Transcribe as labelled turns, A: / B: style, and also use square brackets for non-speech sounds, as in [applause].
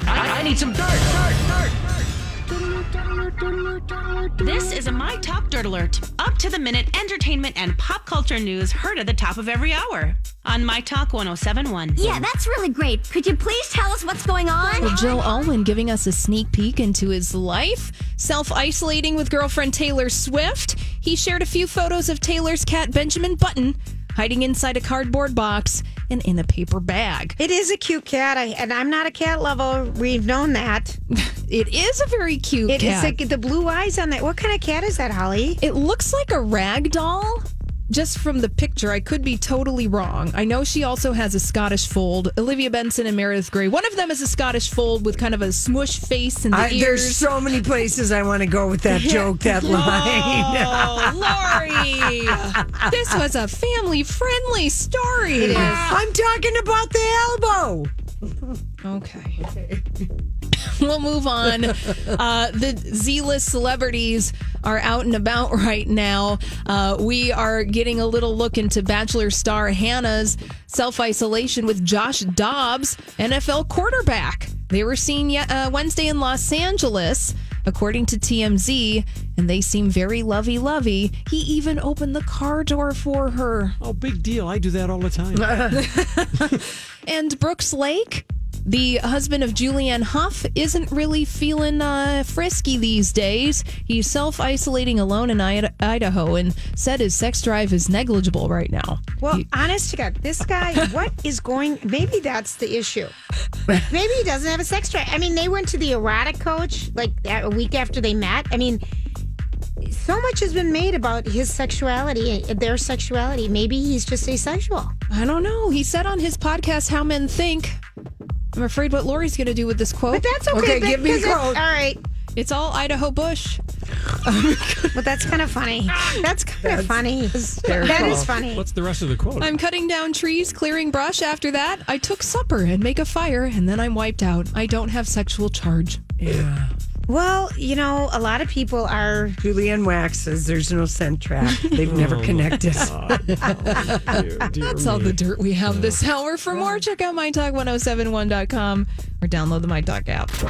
A: I need some dirt, dirt, dirt.
B: This is a My Talk Dirt Alert. Up to the minute entertainment and pop culture news heard at the top of every hour on My Talk 1071.
C: Yeah, that's really great. Could you please tell us what's going on?
D: Well, Joe Alwyn giving us a sneak peek into his life, self isolating with girlfriend Taylor Swift. He shared a few photos of Taylor's cat Benjamin Button hiding inside a cardboard box and in a paper bag.
E: It is a cute cat, I, and I'm not a cat lover. We've known that.
D: It is a very cute
E: It is
D: cat.
E: like the blue eyes on that. What kind of cat is that, Holly?
D: it looks like a rag doll. Just from the picture, I could be totally wrong. I know she also has a Scottish fold. Olivia Benson and Meredith Grey. One of them is a Scottish fold with kind of a smush face and the
F: I,
D: ears.
F: there's so many places I want to go with that joke, that line. [laughs]
D: Oh, Lori! this was a family friendly story. It is.
F: I'm talking about the elbow.
D: Okay. [laughs] we'll move on. Uh, the Z list celebrities are out and about [laughs] right now. Uh, we are getting a little look into Bachelor star Hannah's self isolation with Josh Dobbs, NFL quarterback. They were seen ye- uh, Wednesday in Los Angeles, according to TMZ, and they seem very lovey lovey. He even opened the car door for her.
A: Oh, big deal. I do that all the time.
D: And Brooks Lake, the husband of Julianne Hough, isn't really feeling uh, frisky these days. He's self isolating alone in Ida- Idaho and said his sex drive is negligible right now.
E: Well, honest to God, this guy, what is going? Maybe that's the issue. Maybe he doesn't have a sex drive. I mean, they went to the erotic coach like that a week after they met. I mean, so much has been made about his sexuality, their sexuality. Maybe he's just asexual.
D: I don't know. He said on his podcast, How Men Think. I'm afraid what Lori's going to do with this quote.
E: But that's okay.
F: Okay, give me
E: because
F: a
E: it's-
F: quote.
E: All right.
D: It's all Idaho Bush.
E: Well, that's kind of funny. That's kind of funny. That is funny.
A: What's the rest of the quote?
D: I'm cutting down trees, clearing brush after that. I took supper and make a fire, and then I'm wiped out. I don't have sexual charge.
E: Well, you know, a lot of people are.
F: Julianne Wax says there's no scent trap. They've never connected.
A: [laughs]
D: That's all the dirt oh we have this hour. For more, check out mytalk1071.com or download the MyTalk app.